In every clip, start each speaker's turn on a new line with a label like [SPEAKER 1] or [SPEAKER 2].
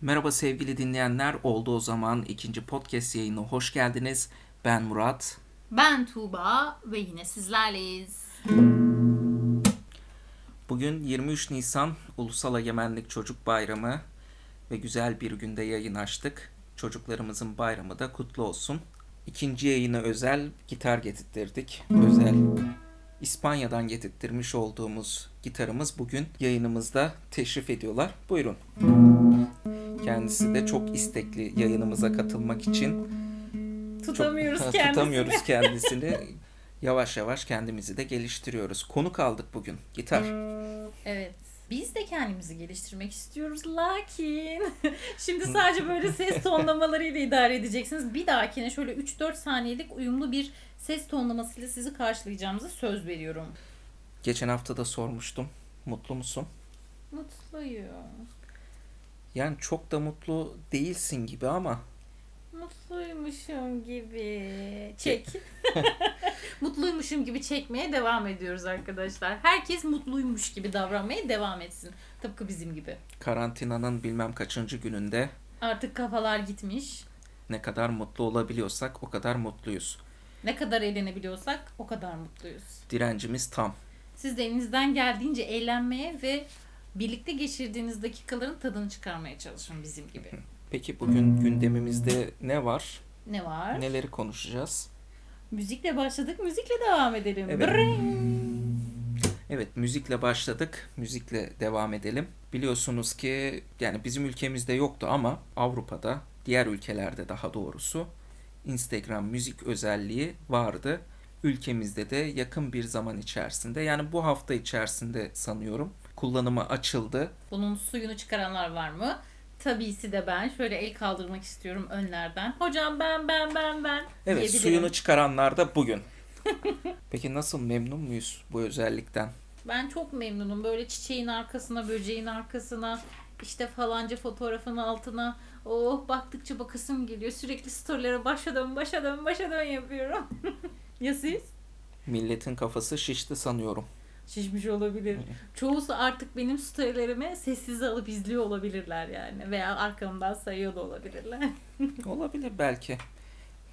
[SPEAKER 1] Merhaba sevgili dinleyenler. Oldu o zaman ikinci podcast yayına hoş geldiniz. Ben Murat.
[SPEAKER 2] Ben Tuğba ve yine sizlerleyiz.
[SPEAKER 1] Bugün 23 Nisan Ulusal Egemenlik Çocuk Bayramı ve güzel bir günde yayın açtık. Çocuklarımızın bayramı da kutlu olsun. İkinci yayına özel gitar getirttirdik. Özel İspanya'dan getirttirmiş olduğumuz gitarımız bugün yayınımızda teşrif ediyorlar. Buyurun. Kendisi de çok istekli yayınımıza katılmak için
[SPEAKER 2] Tutamıyoruz
[SPEAKER 1] Çok-
[SPEAKER 2] kendimizi.
[SPEAKER 1] Tutamıyoruz kendisini. yavaş yavaş kendimizi de geliştiriyoruz. Konu kaldık bugün. Gitar.
[SPEAKER 2] Hmm. Evet. Biz de kendimizi geliştirmek istiyoruz lakin şimdi sadece böyle ses tonlamalarıyla idare edeceksiniz. Bir dahakine şöyle 3-4 saniyelik uyumlu bir ses tonlamasıyla sizi karşılayacağımıza söz veriyorum.
[SPEAKER 1] Geçen hafta da sormuştum. Mutlu musun?
[SPEAKER 2] Mutluyum.
[SPEAKER 1] Yani çok da mutlu değilsin gibi ama
[SPEAKER 2] Mutluymuşum gibi. Çek. Mutluymuşum gibi çekmeye devam ediyoruz arkadaşlar. Herkes mutluymuş gibi davranmaya devam etsin. Tıpkı bizim gibi.
[SPEAKER 1] karantinanın bilmem kaçıncı gününde
[SPEAKER 2] Artık kafalar gitmiş.
[SPEAKER 1] ne kadar mutlu olabiliyorsak o kadar mutluyuz.
[SPEAKER 2] Ne kadar eğlenebiliyorsak o kadar mutluyuz.
[SPEAKER 1] Direncimiz tam.
[SPEAKER 2] Siz de elinizden geldiğince eğlenmeye ve birlikte geçirdiğiniz dakikaların tadını çıkarmaya çalışın bizim gibi.
[SPEAKER 1] Peki bugün gündemimizde ne var?
[SPEAKER 2] Ne var?
[SPEAKER 1] Neleri konuşacağız?
[SPEAKER 2] Müzikle başladık, müzikle devam edelim.
[SPEAKER 1] Evet.
[SPEAKER 2] Bring!
[SPEAKER 1] Evet müzikle başladık. Müzikle devam edelim. Biliyorsunuz ki yani bizim ülkemizde yoktu ama Avrupa'da diğer ülkelerde daha doğrusu Instagram müzik özelliği vardı. Ülkemizde de yakın bir zaman içerisinde yani bu hafta içerisinde sanıyorum kullanıma açıldı.
[SPEAKER 2] Bunun suyunu çıkaranlar var mı? Tabisi de ben. Şöyle el kaldırmak istiyorum önlerden. Hocam ben ben ben ben.
[SPEAKER 1] Evet
[SPEAKER 2] diyebilirim.
[SPEAKER 1] suyunu çıkaranlar da bugün. Peki nasıl memnun muyuz bu özellikten?
[SPEAKER 2] Ben çok memnunum. Böyle çiçeğin arkasına, böceğin arkasına, işte falanca fotoğrafın altına. Oh baktıkça bakasım geliyor. Sürekli storylere başa dön, başa dön, başa dön yapıyorum. ya siz?
[SPEAKER 1] Milletin kafası şişti sanıyorum.
[SPEAKER 2] Şişmiş olabilir. Çoğusu artık benim storylerimi sessize alıp izliyor olabilirler yani. Veya arkamdan sayıyor da olabilirler.
[SPEAKER 1] Olabilir belki.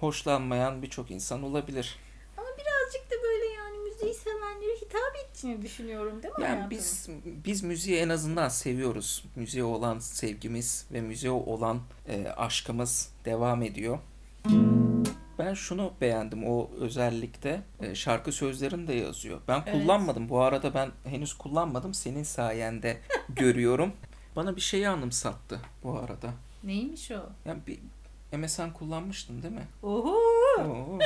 [SPEAKER 1] Hoşlanmayan birçok insan olabilir.
[SPEAKER 2] Birazcık da böyle yani müziği sevenlere hitap ettiğini düşünüyorum değil mi
[SPEAKER 1] Yani
[SPEAKER 2] hayatım?
[SPEAKER 1] biz biz müziği en azından seviyoruz. Müziğe olan sevgimiz ve müziğe olan e, aşkımız devam ediyor. Ben şunu beğendim o özellikle e, şarkı sözlerini de yazıyor. Ben
[SPEAKER 2] Evet.
[SPEAKER 1] kullanmadım bu arada ben henüz kullanmadım senin sayende görüyorum. Bana bir şeyi anımsattı bu arada.
[SPEAKER 2] Neymiş o?
[SPEAKER 1] Yani bir MSN kullanmıştın değil mi?
[SPEAKER 2] Oho!
[SPEAKER 1] Oo.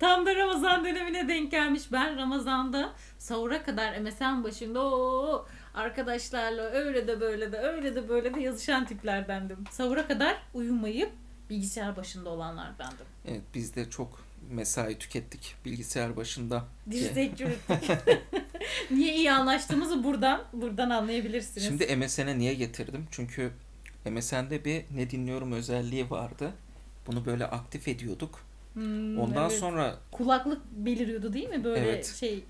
[SPEAKER 2] Tam da Ramazan dönemine denk gelmiş. Ben Ramazan'da sahura kadar MSN başında o arkadaşlarla öyle de böyle de öyle de böyle de yazışan tiplerdendim. Sahura kadar uyumayıp bilgisayar başında olanlardandım.
[SPEAKER 1] Evet biz de çok mesai tükettik bilgisayar başında.
[SPEAKER 2] Dirsek çürüttük. Niye iyi anlaştığımızı buradan buradan anlayabilirsiniz.
[SPEAKER 1] Şimdi MSN'e niye getirdim? Çünkü MSN'de bir ne dinliyorum özelliği vardı. Bunu böyle aktif ediyorduk.
[SPEAKER 2] Hmm,
[SPEAKER 1] Ondan
[SPEAKER 2] evet.
[SPEAKER 1] sonra
[SPEAKER 2] kulaklık beliriyordu değil mi? Böyle
[SPEAKER 1] Evet.
[SPEAKER 2] şey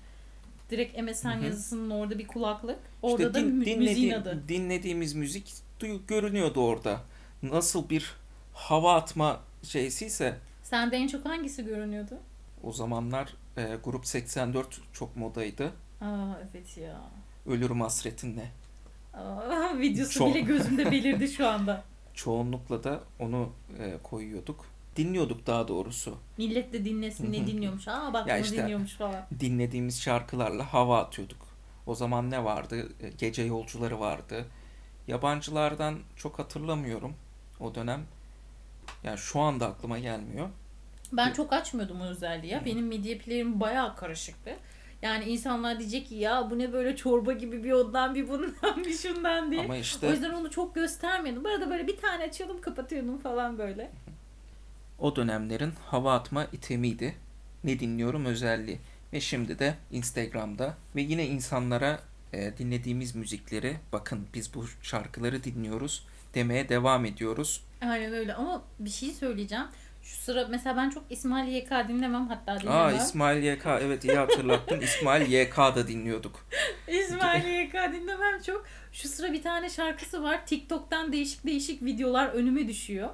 [SPEAKER 2] direkt MSN
[SPEAKER 1] Hı hı.
[SPEAKER 2] yazısının orada bir kulaklık. Orada
[SPEAKER 1] işte
[SPEAKER 2] da
[SPEAKER 1] din-
[SPEAKER 2] mü- müziğin
[SPEAKER 1] dinlediğim-
[SPEAKER 2] adı.
[SPEAKER 1] dinlediğimiz müzik duyu- görünüyordu orada. Nasıl bir hava atma şeysiyse
[SPEAKER 2] Sende en çok hangisi görünüyordu?
[SPEAKER 1] o zamanlar e, Grup 84 çok modaydı.
[SPEAKER 2] Aa evet ya.
[SPEAKER 1] Ölürüm hasretinle.
[SPEAKER 2] Aa, videosu
[SPEAKER 1] Çok.
[SPEAKER 2] bile gözümde belirdi şu anda.
[SPEAKER 1] Çoğunlukla da onu e, koyuyorduk. Dinliyorduk daha doğrusu.
[SPEAKER 2] Millet de dinlesin
[SPEAKER 1] Hı hı.
[SPEAKER 2] ne dinliyormuş. Aa bak
[SPEAKER 1] Ya
[SPEAKER 2] bunu
[SPEAKER 1] işte.
[SPEAKER 2] dinliyormuş falan.
[SPEAKER 1] dinlediğimiz şarkılarla hava atıyorduk. O zaman ne vardı? E, Gece yolcuları vardı. Yabancılardan çok hatırlamıyorum o dönem. Yani şu anda aklıma gelmiyor.
[SPEAKER 2] Ben çok açmıyordum o özelliği ya. Benim medya player'im bayağı karışıktı. Yani insanlar diyecek ki ya bu ne böyle çorba gibi bir ondan bir bundan bir şundan diye.
[SPEAKER 1] Ama işte
[SPEAKER 2] O yüzden onu çok göstermiyordum. Bu arada böyle bir tane açıyordum kapatıyordum falan böyle.
[SPEAKER 1] o dönemlerin hava atma itemiydi. Ne dinliyorum özelliği. Ve şimdi de Instagram'da ve yine insanlara e, dinlediğimiz müzikleri bakın biz bu şarkıları dinliyoruz demeye devam ediyoruz.
[SPEAKER 2] Aynen öyle ama bir şey söyleyeceğim. Şu sıra mesela ben çok İsmail YK dinlemem hatta dinlemem.
[SPEAKER 1] Aa İsmail YK evet iyi hatırlattın. İsmail YK'da dinliyorduk.
[SPEAKER 2] İsmail YK dinlemem çok. Şu sıra bir tane şarkısı var. TikTok'tan değişik değişik videolar önüme düşüyor.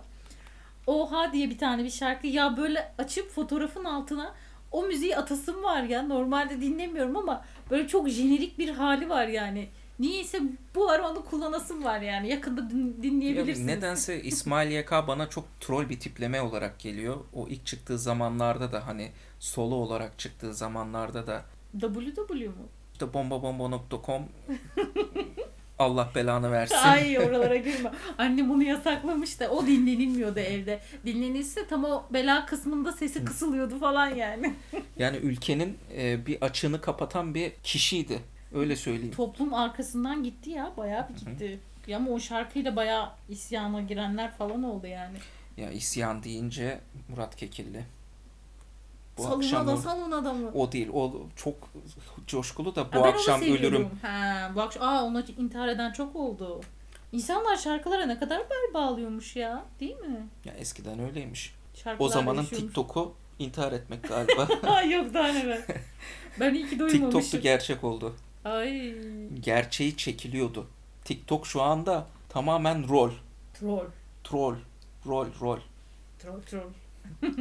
[SPEAKER 2] Oha diye bir tane bir şarkı. Ya böyle açıp fotoğrafın altına o müziği atasım var ya. Normalde dinlemiyorum ama böyle çok jenerik bir hali var yani. Niyeyse bu ara onu kullanasım var yani. Yakında din-
[SPEAKER 1] Ya,
[SPEAKER 2] dinleyebilirsiniz.
[SPEAKER 1] nedense İsmail YK bana çok troll bir tipleme olarak geliyor. O ilk çıktığı zamanlarda da hani solo olarak çıktığı zamanlarda da
[SPEAKER 2] WW mu?
[SPEAKER 1] işte bombabomba.com Allah belanı versin.
[SPEAKER 2] Ay oralara girme. Annem bunu yasaklamış da o dinlenilmiyordu evde. Dinlenilse tam o bela kısmında sesi kısılıyordu falan yani.
[SPEAKER 1] Yani ülkenin e, bir açığını kapatan bir kişiydi. Öyle söyleyeyim.
[SPEAKER 2] Toplum arkasından gitti ya bayağı bir gitti. Ya ama o şarkıyla bayağı isyana girenler falan oldu yani.
[SPEAKER 1] Ya isyan deyince Murat Kekilli. Bu
[SPEAKER 2] salona
[SPEAKER 1] akşam
[SPEAKER 2] da
[SPEAKER 1] o-
[SPEAKER 2] salona da mı?
[SPEAKER 1] o değil. O çok coşkulu da
[SPEAKER 2] Ha,
[SPEAKER 1] bu
[SPEAKER 2] ben onu
[SPEAKER 1] akşam
[SPEAKER 2] seviyordum.
[SPEAKER 1] ölürüm.
[SPEAKER 2] Ha, bu akşam aa ona intihar eden çok oldu. İnsanlar şarkılara ne kadar bel bağlıyormuş ya, değil mi?
[SPEAKER 1] Ya eskiden öyleymiş.
[SPEAKER 2] Şarkılar
[SPEAKER 1] O zamanın
[SPEAKER 2] yaşıyormuş.
[SPEAKER 1] TikTok'u intihar etmek galiba.
[SPEAKER 2] Ay, Yok daha neler. Ben iyi ki
[SPEAKER 1] TikTok'tu
[SPEAKER 2] doymamışım.
[SPEAKER 1] gerçek oldu.
[SPEAKER 2] Ay
[SPEAKER 1] Gerçeği çekiliyordu. Tiktok şu anda tamamen rol.
[SPEAKER 2] troll.
[SPEAKER 1] Troll. Rol, rol.
[SPEAKER 2] Troll troll.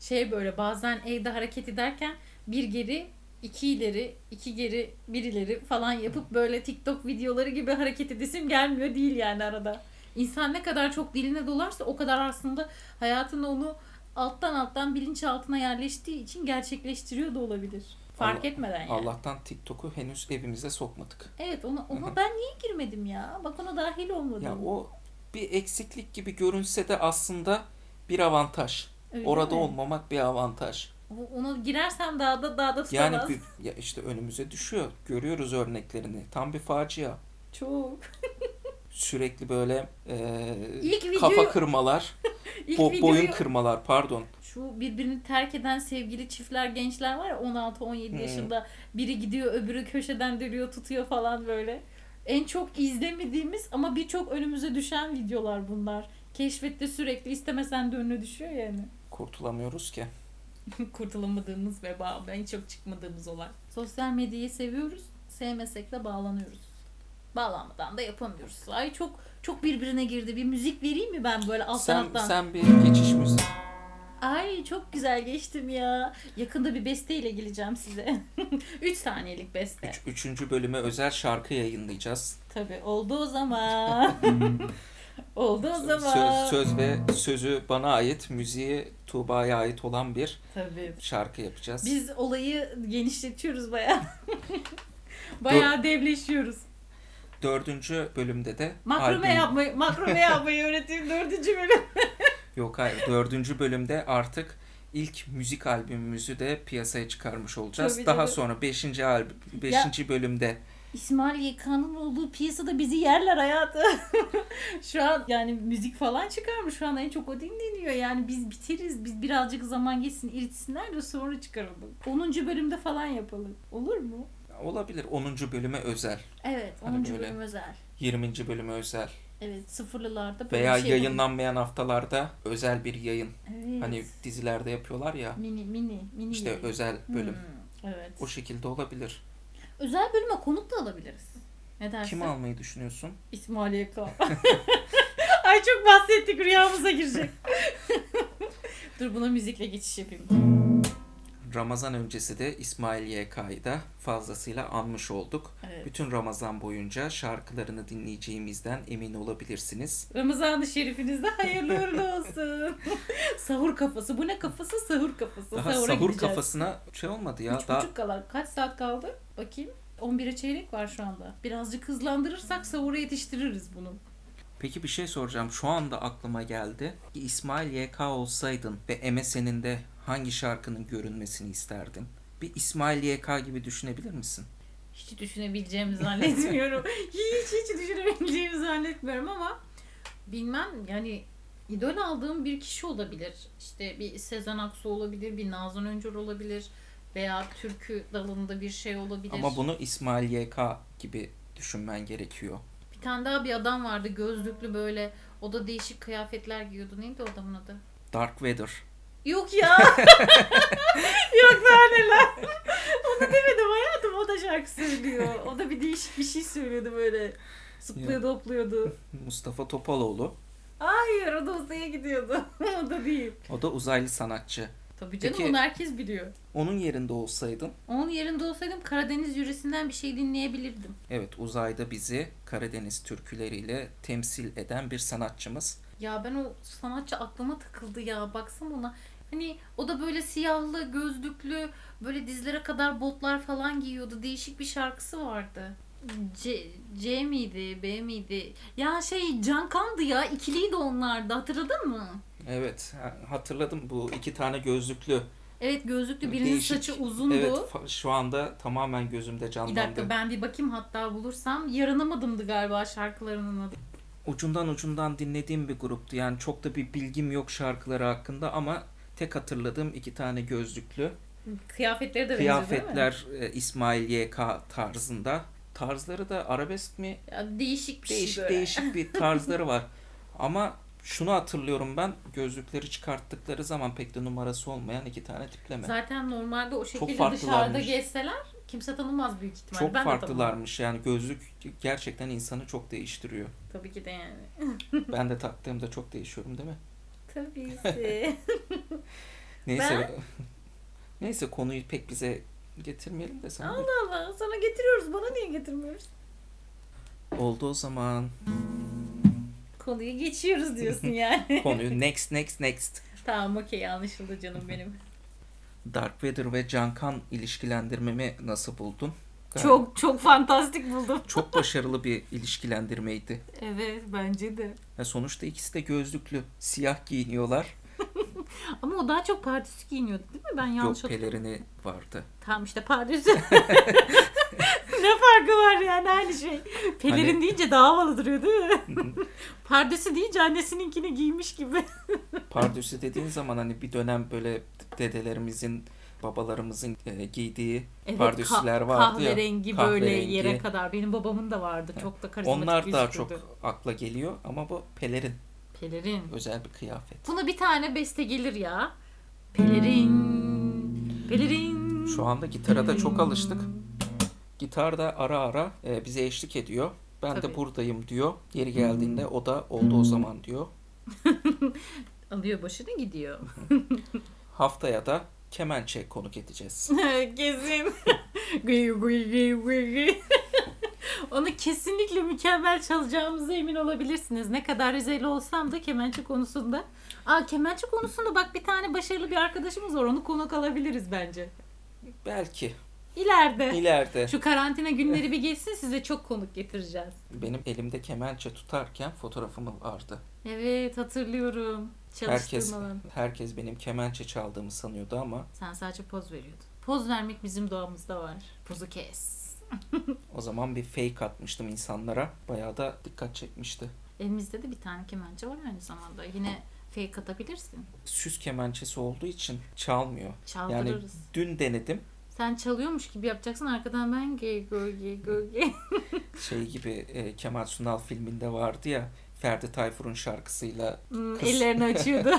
[SPEAKER 2] şey böyle bazen evde hareket ederken bir geri iki ileri iki geri bir ileri falan yapıp böyle TikTok videoları gibi hareket edesim gelmiyor değil yani arada. İnsan ne kadar çok diline dolarsa o kadar aslında hayatın onu alttan alttan bilinçaltına yerleştiği için gerçekleştiriyor da olabilir. Fark
[SPEAKER 1] Allah-
[SPEAKER 2] etmeden yani.
[SPEAKER 1] Allah'tan TikTok'u henüz evimize sokmadık.
[SPEAKER 2] Evet ona,
[SPEAKER 1] Hı
[SPEAKER 2] ona ben niye girmedim ya? Bak ona dahil olmadım.
[SPEAKER 1] Ya o bir eksiklik gibi görünse de aslında bir avantaj.
[SPEAKER 2] Öyle
[SPEAKER 1] Orada
[SPEAKER 2] mi?
[SPEAKER 1] olmamak bir avantaj.
[SPEAKER 2] O- Ona girersem daha da daha da tutamaz.
[SPEAKER 1] Yani bir- ya işte önümüze düşüyor. Görüyoruz örneklerini. Tam bir facia.
[SPEAKER 2] Çok.
[SPEAKER 1] Sürekli böyle e,
[SPEAKER 2] İlk videoyu-
[SPEAKER 1] kafa kırmalar,
[SPEAKER 2] İlk
[SPEAKER 1] bo-
[SPEAKER 2] videoyu-
[SPEAKER 1] boyun kırmalar pardon.
[SPEAKER 2] Şu birbirini terk eden sevgili çiftler gençler var ya 16-17
[SPEAKER 1] Hmm.
[SPEAKER 2] yaşında biri gidiyor öbürü köşeden dönüyor tutuyor falan böyle. En çok izlemediğimiz ama birçok önümüze düşen videolar bunlar. Keşfette sürekli istemesen de önüne düşüyor yani.
[SPEAKER 1] Kurtulamıyoruz ki.
[SPEAKER 2] Kurtulamadığımız veba, ben çok çıkmadığımız olay. Sosyal medyayı seviyoruz, sevmesek de bağlanıyoruz. Bağlanmadan da yapamıyoruz. Ay çok çok birbirine girdi. Bir müzik vereyim mi ben böyle alt
[SPEAKER 1] sen
[SPEAKER 2] taraftan?
[SPEAKER 1] sen bir geçiş müziği.
[SPEAKER 2] Ay çok güzel geçtim ya. Yakında bir besteyle geleceğim size. 3 saniyelik beste.
[SPEAKER 1] Üç, üçüncü bölüme özel şarkı yayınlayacağız.
[SPEAKER 2] Tabii oldu o zaman. oldu o zaman.
[SPEAKER 1] Söz, söz ve sözü bana ait, müziği Tuğba'ya ait olan bir
[SPEAKER 2] Tabii.
[SPEAKER 1] şarkı yapacağız.
[SPEAKER 2] Biz olayı genişletiyoruz bayağı. bayağı devleşiyoruz.
[SPEAKER 1] Dördüncü bölümde de
[SPEAKER 2] Makrome
[SPEAKER 1] albüm-
[SPEAKER 2] yapmayı, makrome yapmayı öğreteyim dördüncü bölüm.
[SPEAKER 1] Yok hayır. Dördüncü bölümde artık ilk müzik albümümüzü de piyasaya çıkarmış olacağız.
[SPEAKER 2] Tabii,
[SPEAKER 1] Daha
[SPEAKER 2] tabii.
[SPEAKER 1] sonra beşinci, alb- beşinci bölümde
[SPEAKER 2] İsmail YK'nın olduğu piyasada bizi yerler hayatı. şu an yani müzik falan çıkarmış. Şu an en çok o dinleniyor. Yani biz biteriz. Biz birazcık zaman geçsin iritsinler de sonra çıkaralım. 10. bölümde falan yapalım. Olur mu?
[SPEAKER 1] olabilir. 10. bölüme özel,
[SPEAKER 2] Evet. 10.
[SPEAKER 1] Hani böyle.
[SPEAKER 2] bölüm özel.
[SPEAKER 1] 20. bölüme özel
[SPEAKER 2] Evet. Sıfırlılarda böyle
[SPEAKER 1] veya
[SPEAKER 2] bir şey yapalım.
[SPEAKER 1] yayınlanmayan haftalarda özel bir yayın.
[SPEAKER 2] Evet.
[SPEAKER 1] Hani dizilerde yapıyorlar ya.
[SPEAKER 2] mini mini mini
[SPEAKER 1] işte
[SPEAKER 2] yayın.
[SPEAKER 1] özel bölüm.
[SPEAKER 2] Hmm, evet.
[SPEAKER 1] O şekilde olabilir.
[SPEAKER 2] Özel bölüme konuk da alabiliriz. Ne dersin?
[SPEAKER 1] Kim almayı düşünüyorsun?
[SPEAKER 2] İsmail Yaka. Ay çok bahsettik rüyamıza girecek. Dur buna müzikle geçiş yapayım.
[SPEAKER 1] Ramazan öncesi de İsmail YK'yı da fazlasıyla anmış olduk.
[SPEAKER 2] Evet.
[SPEAKER 1] Bütün Ramazan boyunca şarkılarını dinleyeceğimizden emin olabilirsiniz.
[SPEAKER 2] Ramazan-ı şerifinizde hayırlı uğurlu olsun. sahur kafası. Bu ne kafası? Sahur kafası.
[SPEAKER 1] Daha
[SPEAKER 2] Sahura
[SPEAKER 1] sahur
[SPEAKER 2] gideceğiz.
[SPEAKER 1] kafasına şey olmadı ya.
[SPEAKER 2] Üç
[SPEAKER 1] daha
[SPEAKER 2] buçuk kala. Kaç saat kaldı? Bakayım. 11'e çeyrek var şu anda. Birazcık hızlandırırsak sahura yetiştiririz bunu.
[SPEAKER 1] Peki bir şey soracağım. Şu anda aklıma geldi. İsmail YK olsaydın ve MSN'in de hangi şarkının görünmesini isterdin? Bir İsmail YK gibi düşünebilir misin?
[SPEAKER 2] Hiç düşünebileceğimi zannetmiyorum. hiç hiç düşünebileceğimi zannetmiyorum ama bilmem yani idol aldığım bir kişi olabilir. İşte bir Sezen Aksu olabilir, bir Nazan Öncür olabilir veya türkü dalında bir şey olabilir.
[SPEAKER 1] Ama bunu İsmail YK gibi düşünmen gerekiyor.
[SPEAKER 2] Bir tane daha bir adam vardı gözlüklü böyle. O da değişik kıyafetler giyiyordu. Neydi o adamın adı?
[SPEAKER 1] Dark Weather.
[SPEAKER 2] Yok ya. Yok daha neler. Onu demedim hayatım. O da şarkı söylüyor. O da bir değişik bir şey söylüyordu böyle. Zıplıyordu hopluyordu.
[SPEAKER 1] Mustafa Topaloğlu.
[SPEAKER 2] Hayır o da uzaya gidiyordu. o da değil.
[SPEAKER 1] O da uzaylı sanatçı.
[SPEAKER 2] Tabii canım
[SPEAKER 1] Peki-
[SPEAKER 2] onu herkes biliyor.
[SPEAKER 1] Onun yerinde olsaydın
[SPEAKER 2] Onun yerinde olsaydım Karadeniz yöresinden bir şey dinleyebilirdim.
[SPEAKER 1] Evet uzayda bizi Karadeniz türküleriyle temsil eden bir sanatçımız.
[SPEAKER 2] Ya ben o sanatçı aklıma takıldı ya. Baksana ona. Hani o da böyle siyahlı, gözlüklü, böyle dizlere kadar botlar falan giyiyordu. Değişik bir şarkısı vardı. C, C miydi, B miydi? Ya şey Can Kan'dı ya. İkiliydi onlarda. Hatırladın mı?
[SPEAKER 1] Evet ha- hatırladım bu iki tane gözlüklü.
[SPEAKER 2] Evet gözlüklü birinin
[SPEAKER 1] Değişik.
[SPEAKER 2] saçı uzundu.
[SPEAKER 1] Evet fa- şu anda tamamen gözümde
[SPEAKER 2] bir
[SPEAKER 1] canlandı.
[SPEAKER 2] dakika ben bir bakayım hatta bulursam. Yaranamadımdı galiba şarkılarının adı.
[SPEAKER 1] Ucundan ucundan dinlediğim bir gruptu. Yani çok da bir bilgim yok şarkıları hakkında ama tek hatırladığım iki tane gözlüklü.
[SPEAKER 2] Kıyafetleri de benziyor değil mi?
[SPEAKER 1] Kıyafetler e, İsmail YK tarzında. Tarzları da arabesk mi?
[SPEAKER 2] Ya değişik bir
[SPEAKER 1] Değişik
[SPEAKER 2] şey böyle.
[SPEAKER 1] değişik bir tarzları var. Ama şunu hatırlıyorum ben gözlükleri çıkarttıkları zaman pek de numarası olmayan iki tane tipleme.
[SPEAKER 2] Zaten normalde o şekilde
[SPEAKER 1] farklılarmış.
[SPEAKER 2] dışarıda gezseler kimse tanımaz büyük ihtimalle.
[SPEAKER 1] çok
[SPEAKER 2] ben de tanımam.
[SPEAKER 1] farklılarmış yani gözlük gerçekten insanı çok değiştiriyor.
[SPEAKER 2] Tabii ki de yani.
[SPEAKER 1] ben de taktığımda çok değişiyorum değil mi?
[SPEAKER 2] Tabii ki.
[SPEAKER 1] Neyse neyse konuyu pek bize getirmeyelim de sen de.
[SPEAKER 2] Allah Allah sana getiriyoruz bana niye getirmiyoruz?
[SPEAKER 1] Oldu o zaman.
[SPEAKER 2] Konuyu geçiyoruz diyorsun yani.
[SPEAKER 1] Konuyu next next next.
[SPEAKER 2] tamam okey anlaşıldı canım benim.
[SPEAKER 1] Dark Vader ve Cankan ilişkilendirmemi nasıl buldun? Gayet-
[SPEAKER 2] Çok çok fantastik buldum.
[SPEAKER 1] çok başarılı bir ilişkilendirmeydi.
[SPEAKER 2] Evet bence de.
[SPEAKER 1] Ya E, sonuçta ikisi de gözlüklü, siyah giyiniyorlar.
[SPEAKER 2] Ama o daha çok pardüsü giyiniyordu değil mi? Ben yanlış
[SPEAKER 1] Yok
[SPEAKER 2] hatırlıyorum.
[SPEAKER 1] pelerini vardı.
[SPEAKER 2] Tamam işte pardüsü. ne farkı var yani aynı şey. Pelerin
[SPEAKER 1] Hani-
[SPEAKER 2] deyince daha havalı duruyor değil mi? pardüsü deyince annesininkini giymiş gibi.
[SPEAKER 1] Pardüsü dediğin zaman hani bir dönem böyle dedelerimizin, babalarımızın e, giydiği pardüsüler
[SPEAKER 2] ka-
[SPEAKER 1] vardı ya.
[SPEAKER 2] kahverengi böyle
[SPEAKER 1] kahverengi.
[SPEAKER 2] yere kadar. Benim babamın da vardı. Çok da karizmatik
[SPEAKER 1] Onlar
[SPEAKER 2] bir
[SPEAKER 1] daha
[SPEAKER 2] figürdü.
[SPEAKER 1] çok akla geliyor ama bu pelerin
[SPEAKER 2] Pelerin.
[SPEAKER 1] özel bir kıyafet.
[SPEAKER 2] Buna bir tane beste gelir ya. Pelerin. Pelerin.
[SPEAKER 1] Şu anda gitara da çok alıştık. Gitar da ara ara e, bize eşlik ediyor. Ben
[SPEAKER 2] Tabii.
[SPEAKER 1] de buradayım diyor. Yeri geldiğinde o da oldu o zaman diyor.
[SPEAKER 2] Alıyor başını gidiyor.
[SPEAKER 1] Haftaya da kemençe konuk edeceğiz.
[SPEAKER 2] Kesin. Gıy gıy gıy gıy gıy. Onu kesinlikle mükemmel çalacağımıza emin olabilirsiniz. Ne kadar rezil olsam da kemençe konusunda. Aa kemençe konusunda bak bir tane başarılı bir arkadaşımız var. Onu konuk alabiliriz bence.
[SPEAKER 1] Belki
[SPEAKER 2] İleride.
[SPEAKER 1] ileride
[SPEAKER 2] Şu karantina günleri bir geçsin size çok konuk getireceğiz.
[SPEAKER 1] benim elimde kemençe tutarken fotoğrafım vardı.
[SPEAKER 2] Evet hatırlıyorum.
[SPEAKER 1] Herkes
[SPEAKER 2] Çalıştırmalar.
[SPEAKER 1] herkes benim kemençe çaldığımı sanıyordu ama
[SPEAKER 2] Sen sadece poz veriyordun. Poz vermek bizim doğamızda var. Pozu kes.
[SPEAKER 1] o zaman bir fake atmıştım insanlara. Bayağı da dikkat çekmişti.
[SPEAKER 2] Elimizde de bir tane kemençe var aynı zamanda. Yine fake atabilirsin.
[SPEAKER 1] Süs kemençesi olduğu için çalmıyor. Yani
[SPEAKER 2] Çaldırırız.
[SPEAKER 1] dün denedim.
[SPEAKER 2] Sen çalıyormuş gibi yapacaksın arkadan ben gey gölge gölge.
[SPEAKER 1] Şey gibi e, Kemal Sunal filminde vardı ya Ferdi Tayfur'un şarkısıyla
[SPEAKER 2] Hmm,
[SPEAKER 1] Kız.
[SPEAKER 2] Ellerini açıyordu.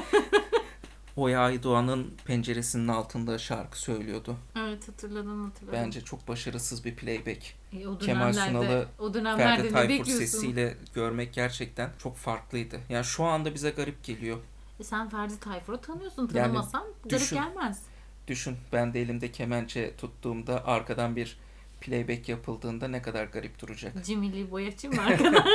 [SPEAKER 1] Oya Aydoğan'ın penceresinin altında şarkı söylüyordu.
[SPEAKER 2] evet hatırladım hatırladım.
[SPEAKER 1] Bence çok başarısız bir playback.
[SPEAKER 2] E, o
[SPEAKER 1] Kemal
[SPEAKER 2] dönemlerde-
[SPEAKER 1] Sunal'ı
[SPEAKER 2] o dönemlerde
[SPEAKER 1] Ferdi
[SPEAKER 2] ne
[SPEAKER 1] Tayfur
[SPEAKER 2] bekliyorsun?
[SPEAKER 1] sesiyle görmek gerçekten çok farklıydı. Yani şu anda bize garip geliyor.
[SPEAKER 2] E, sen Ferdi Tayfur'u tanıyorsun.
[SPEAKER 1] Yani
[SPEAKER 2] Tanımasan garip
[SPEAKER 1] düşün.
[SPEAKER 2] gelmez.
[SPEAKER 1] Düşün ben de elimde kemençe tuttuğumda arkadan bir playback yapıldığında ne kadar garip duracak.
[SPEAKER 2] Cimriliği boyatayım mı arkadan?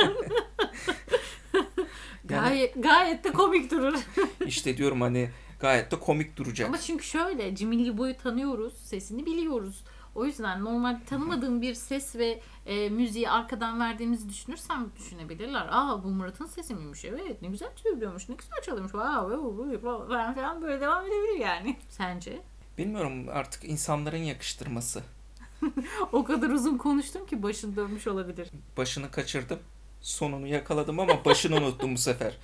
[SPEAKER 2] gayet, gayet de komik durur.
[SPEAKER 1] İşte diyorum hani gayet de komik
[SPEAKER 2] Ama
[SPEAKER 1] duracak.
[SPEAKER 2] çünkü şöyle Cimili boyu tanıyoruz, sesini biliyoruz. O yüzden normal tanımadığım bir ses ve e, müziği arkadan verdiğimizi düşünürsem düşünebilirler. Aa bu Murat'ın sesi miymiş? Evet ne güzel söylüyormuş, ne güzel çalıyormuş. Wow, wow, wow, falan falan böyle devam edebilir yani. Sence?
[SPEAKER 1] Bilmiyorum artık insanların yakıştırması.
[SPEAKER 2] O kadar uzun konuştum ki başın dönmüş olabilir.
[SPEAKER 1] Başını kaçırdım. Sonunu yakaladım ama başını unuttum bu sefer.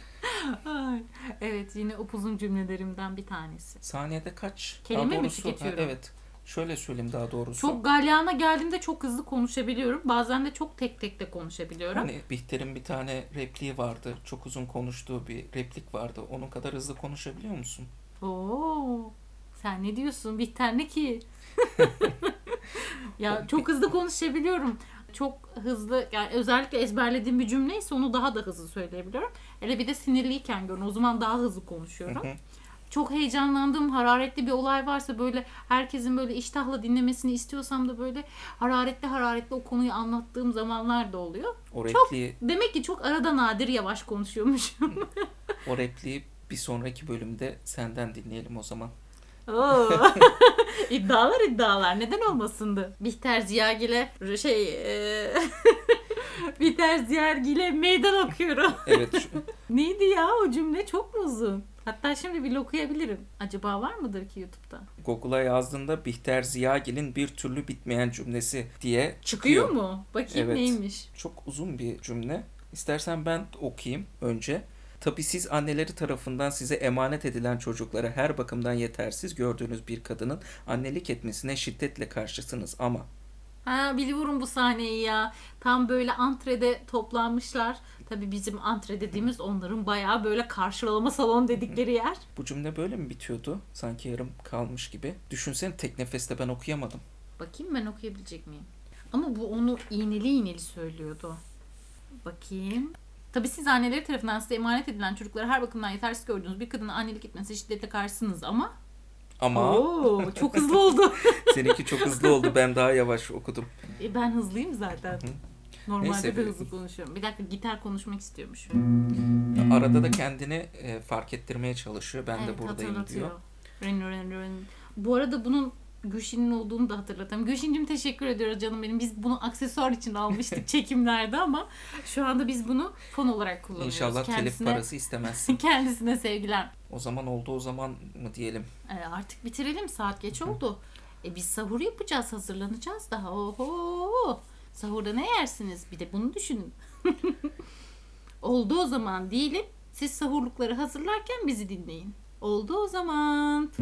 [SPEAKER 2] Ay, evet yine upuzun cümlelerimden bir tanesi.
[SPEAKER 1] Saniyede kaç?
[SPEAKER 2] Kelime mi
[SPEAKER 1] doğrusu-
[SPEAKER 2] tüketiyorum?
[SPEAKER 1] Ha, Evet. Şöyle söyleyeyim daha doğrusu.
[SPEAKER 2] Çok galyana geldiğimde çok hızlı konuşabiliyorum. Bazen de çok tek tek de konuşabiliyorum.
[SPEAKER 1] Hani Bihter'in bir tane repliği vardı. Çok uzun konuştuğu bir replik vardı. Onun kadar hızlı konuşabiliyor musun?
[SPEAKER 2] Oo. Sen ne diyorsun? Bihter ne ki? ya çok hızlı konuşabiliyorum. Çok hızlı yani özellikle ezberlediğim bir cümleyse onu daha da hızlı söyleyebiliyorum. Hele bir de sinirliyken görün o zaman daha hızlı konuşuyorum.
[SPEAKER 1] Hı hı.
[SPEAKER 2] Çok heyecanlandığım hararetli bir olay varsa böyle herkesin böyle iştahla dinlemesini istiyorsam da böyle hararetli hararetli o konuyu anlattığım zamanlar da oluyor.
[SPEAKER 1] O
[SPEAKER 2] Çok.
[SPEAKER 1] repliği,
[SPEAKER 2] Demek ki çok arada nadir yavaş konuşuyormuşum.
[SPEAKER 1] o repliği bir sonraki bölümde senden dinleyelim o zaman.
[SPEAKER 2] Oo. iddialar iddialar. Neden olmasındı? Bihter Ziyagil'e şey eee, Bihter Ziyagil'e meydan okuyorum.
[SPEAKER 1] Evet şu-
[SPEAKER 2] Neydi ya o cümle çok mu uzun? Hatta şimdi bir okuyabilirim. Acaba var mıdır ki YouTube'da?
[SPEAKER 1] Google'a yazdığında Bihter Ziyagil'in bir türlü bitmeyen cümlesi diye
[SPEAKER 2] Çıkıyor mu? Bakayım
[SPEAKER 1] Evet.
[SPEAKER 2] neymiş.
[SPEAKER 1] Çok uzun bir cümle. İstersen ben okuyayım önce. Tabii siz anneleri tarafından size emanet edilen çocuklara her bakımdan yetersiz gördüğünüz bir kadının annelik etmesine şiddetle karşısınız ama
[SPEAKER 2] Ha biliyorum bu sahneyi ya. Tam böyle antrede toplanmışlar. Tabii bizim antre dediğimiz onların bayağı böyle karşılama salon dedikleri yer.
[SPEAKER 1] bu cümle böyle mi bitiyordu? Sanki yarım kalmış gibi. Düşünsene tek nefeste ben okuyamadım.
[SPEAKER 2] Bakayım ben okuyabilecek miyim? Ama bu onu iğneli iğneli söylüyordu. Bakayım. Tabii siz anneleri tarafından size emanet edilen çocuklara her bakımdan yetersiz gördüğünüz bir kadının annelik etmesi şiddetle karşısınız ama...
[SPEAKER 1] Ama
[SPEAKER 2] Oo, çok hızlı oldu.
[SPEAKER 1] seninki çok hızlı oldu ben daha yavaş okudum.
[SPEAKER 2] e, ben hızlıyım zaten. Normalde
[SPEAKER 1] Neyse,
[SPEAKER 2] de
[SPEAKER 1] bir-
[SPEAKER 2] hızlı konuşuyorum. Bir dakika gitar konuşmak istiyormuş.
[SPEAKER 1] Arada da kendini e, fark ettirmeye çalışıyor. Ben de
[SPEAKER 2] evet
[SPEAKER 1] buradayım
[SPEAKER 2] hatırlatıyor.
[SPEAKER 1] diyor.
[SPEAKER 2] Ren, ren, ren. Bu arada bunun Gülşin'in olduğunu da hatırlatalım. Gülşin'cim teşekkür ediyoruz canım benim. Biz bunu aksesuar için almıştık çekimlerde ama şu anda biz bunu fon olarak kullanıyoruz.
[SPEAKER 1] İnşallah telif
[SPEAKER 2] kendisine,
[SPEAKER 1] parası istemezsin.
[SPEAKER 2] Kendisine sevgiler.
[SPEAKER 1] o zaman oldu o zaman mı diyelim.
[SPEAKER 2] Ee, artık bitirelim saat geç oldu. E biz sahur yapacağız hazırlanacağız daha. Oho. Sahurda ne yersiniz? Bir de bunu düşünün. oldu o zaman diyelim. Siz sahurlukları hazırlarken bizi dinleyin. Oldu o zaman.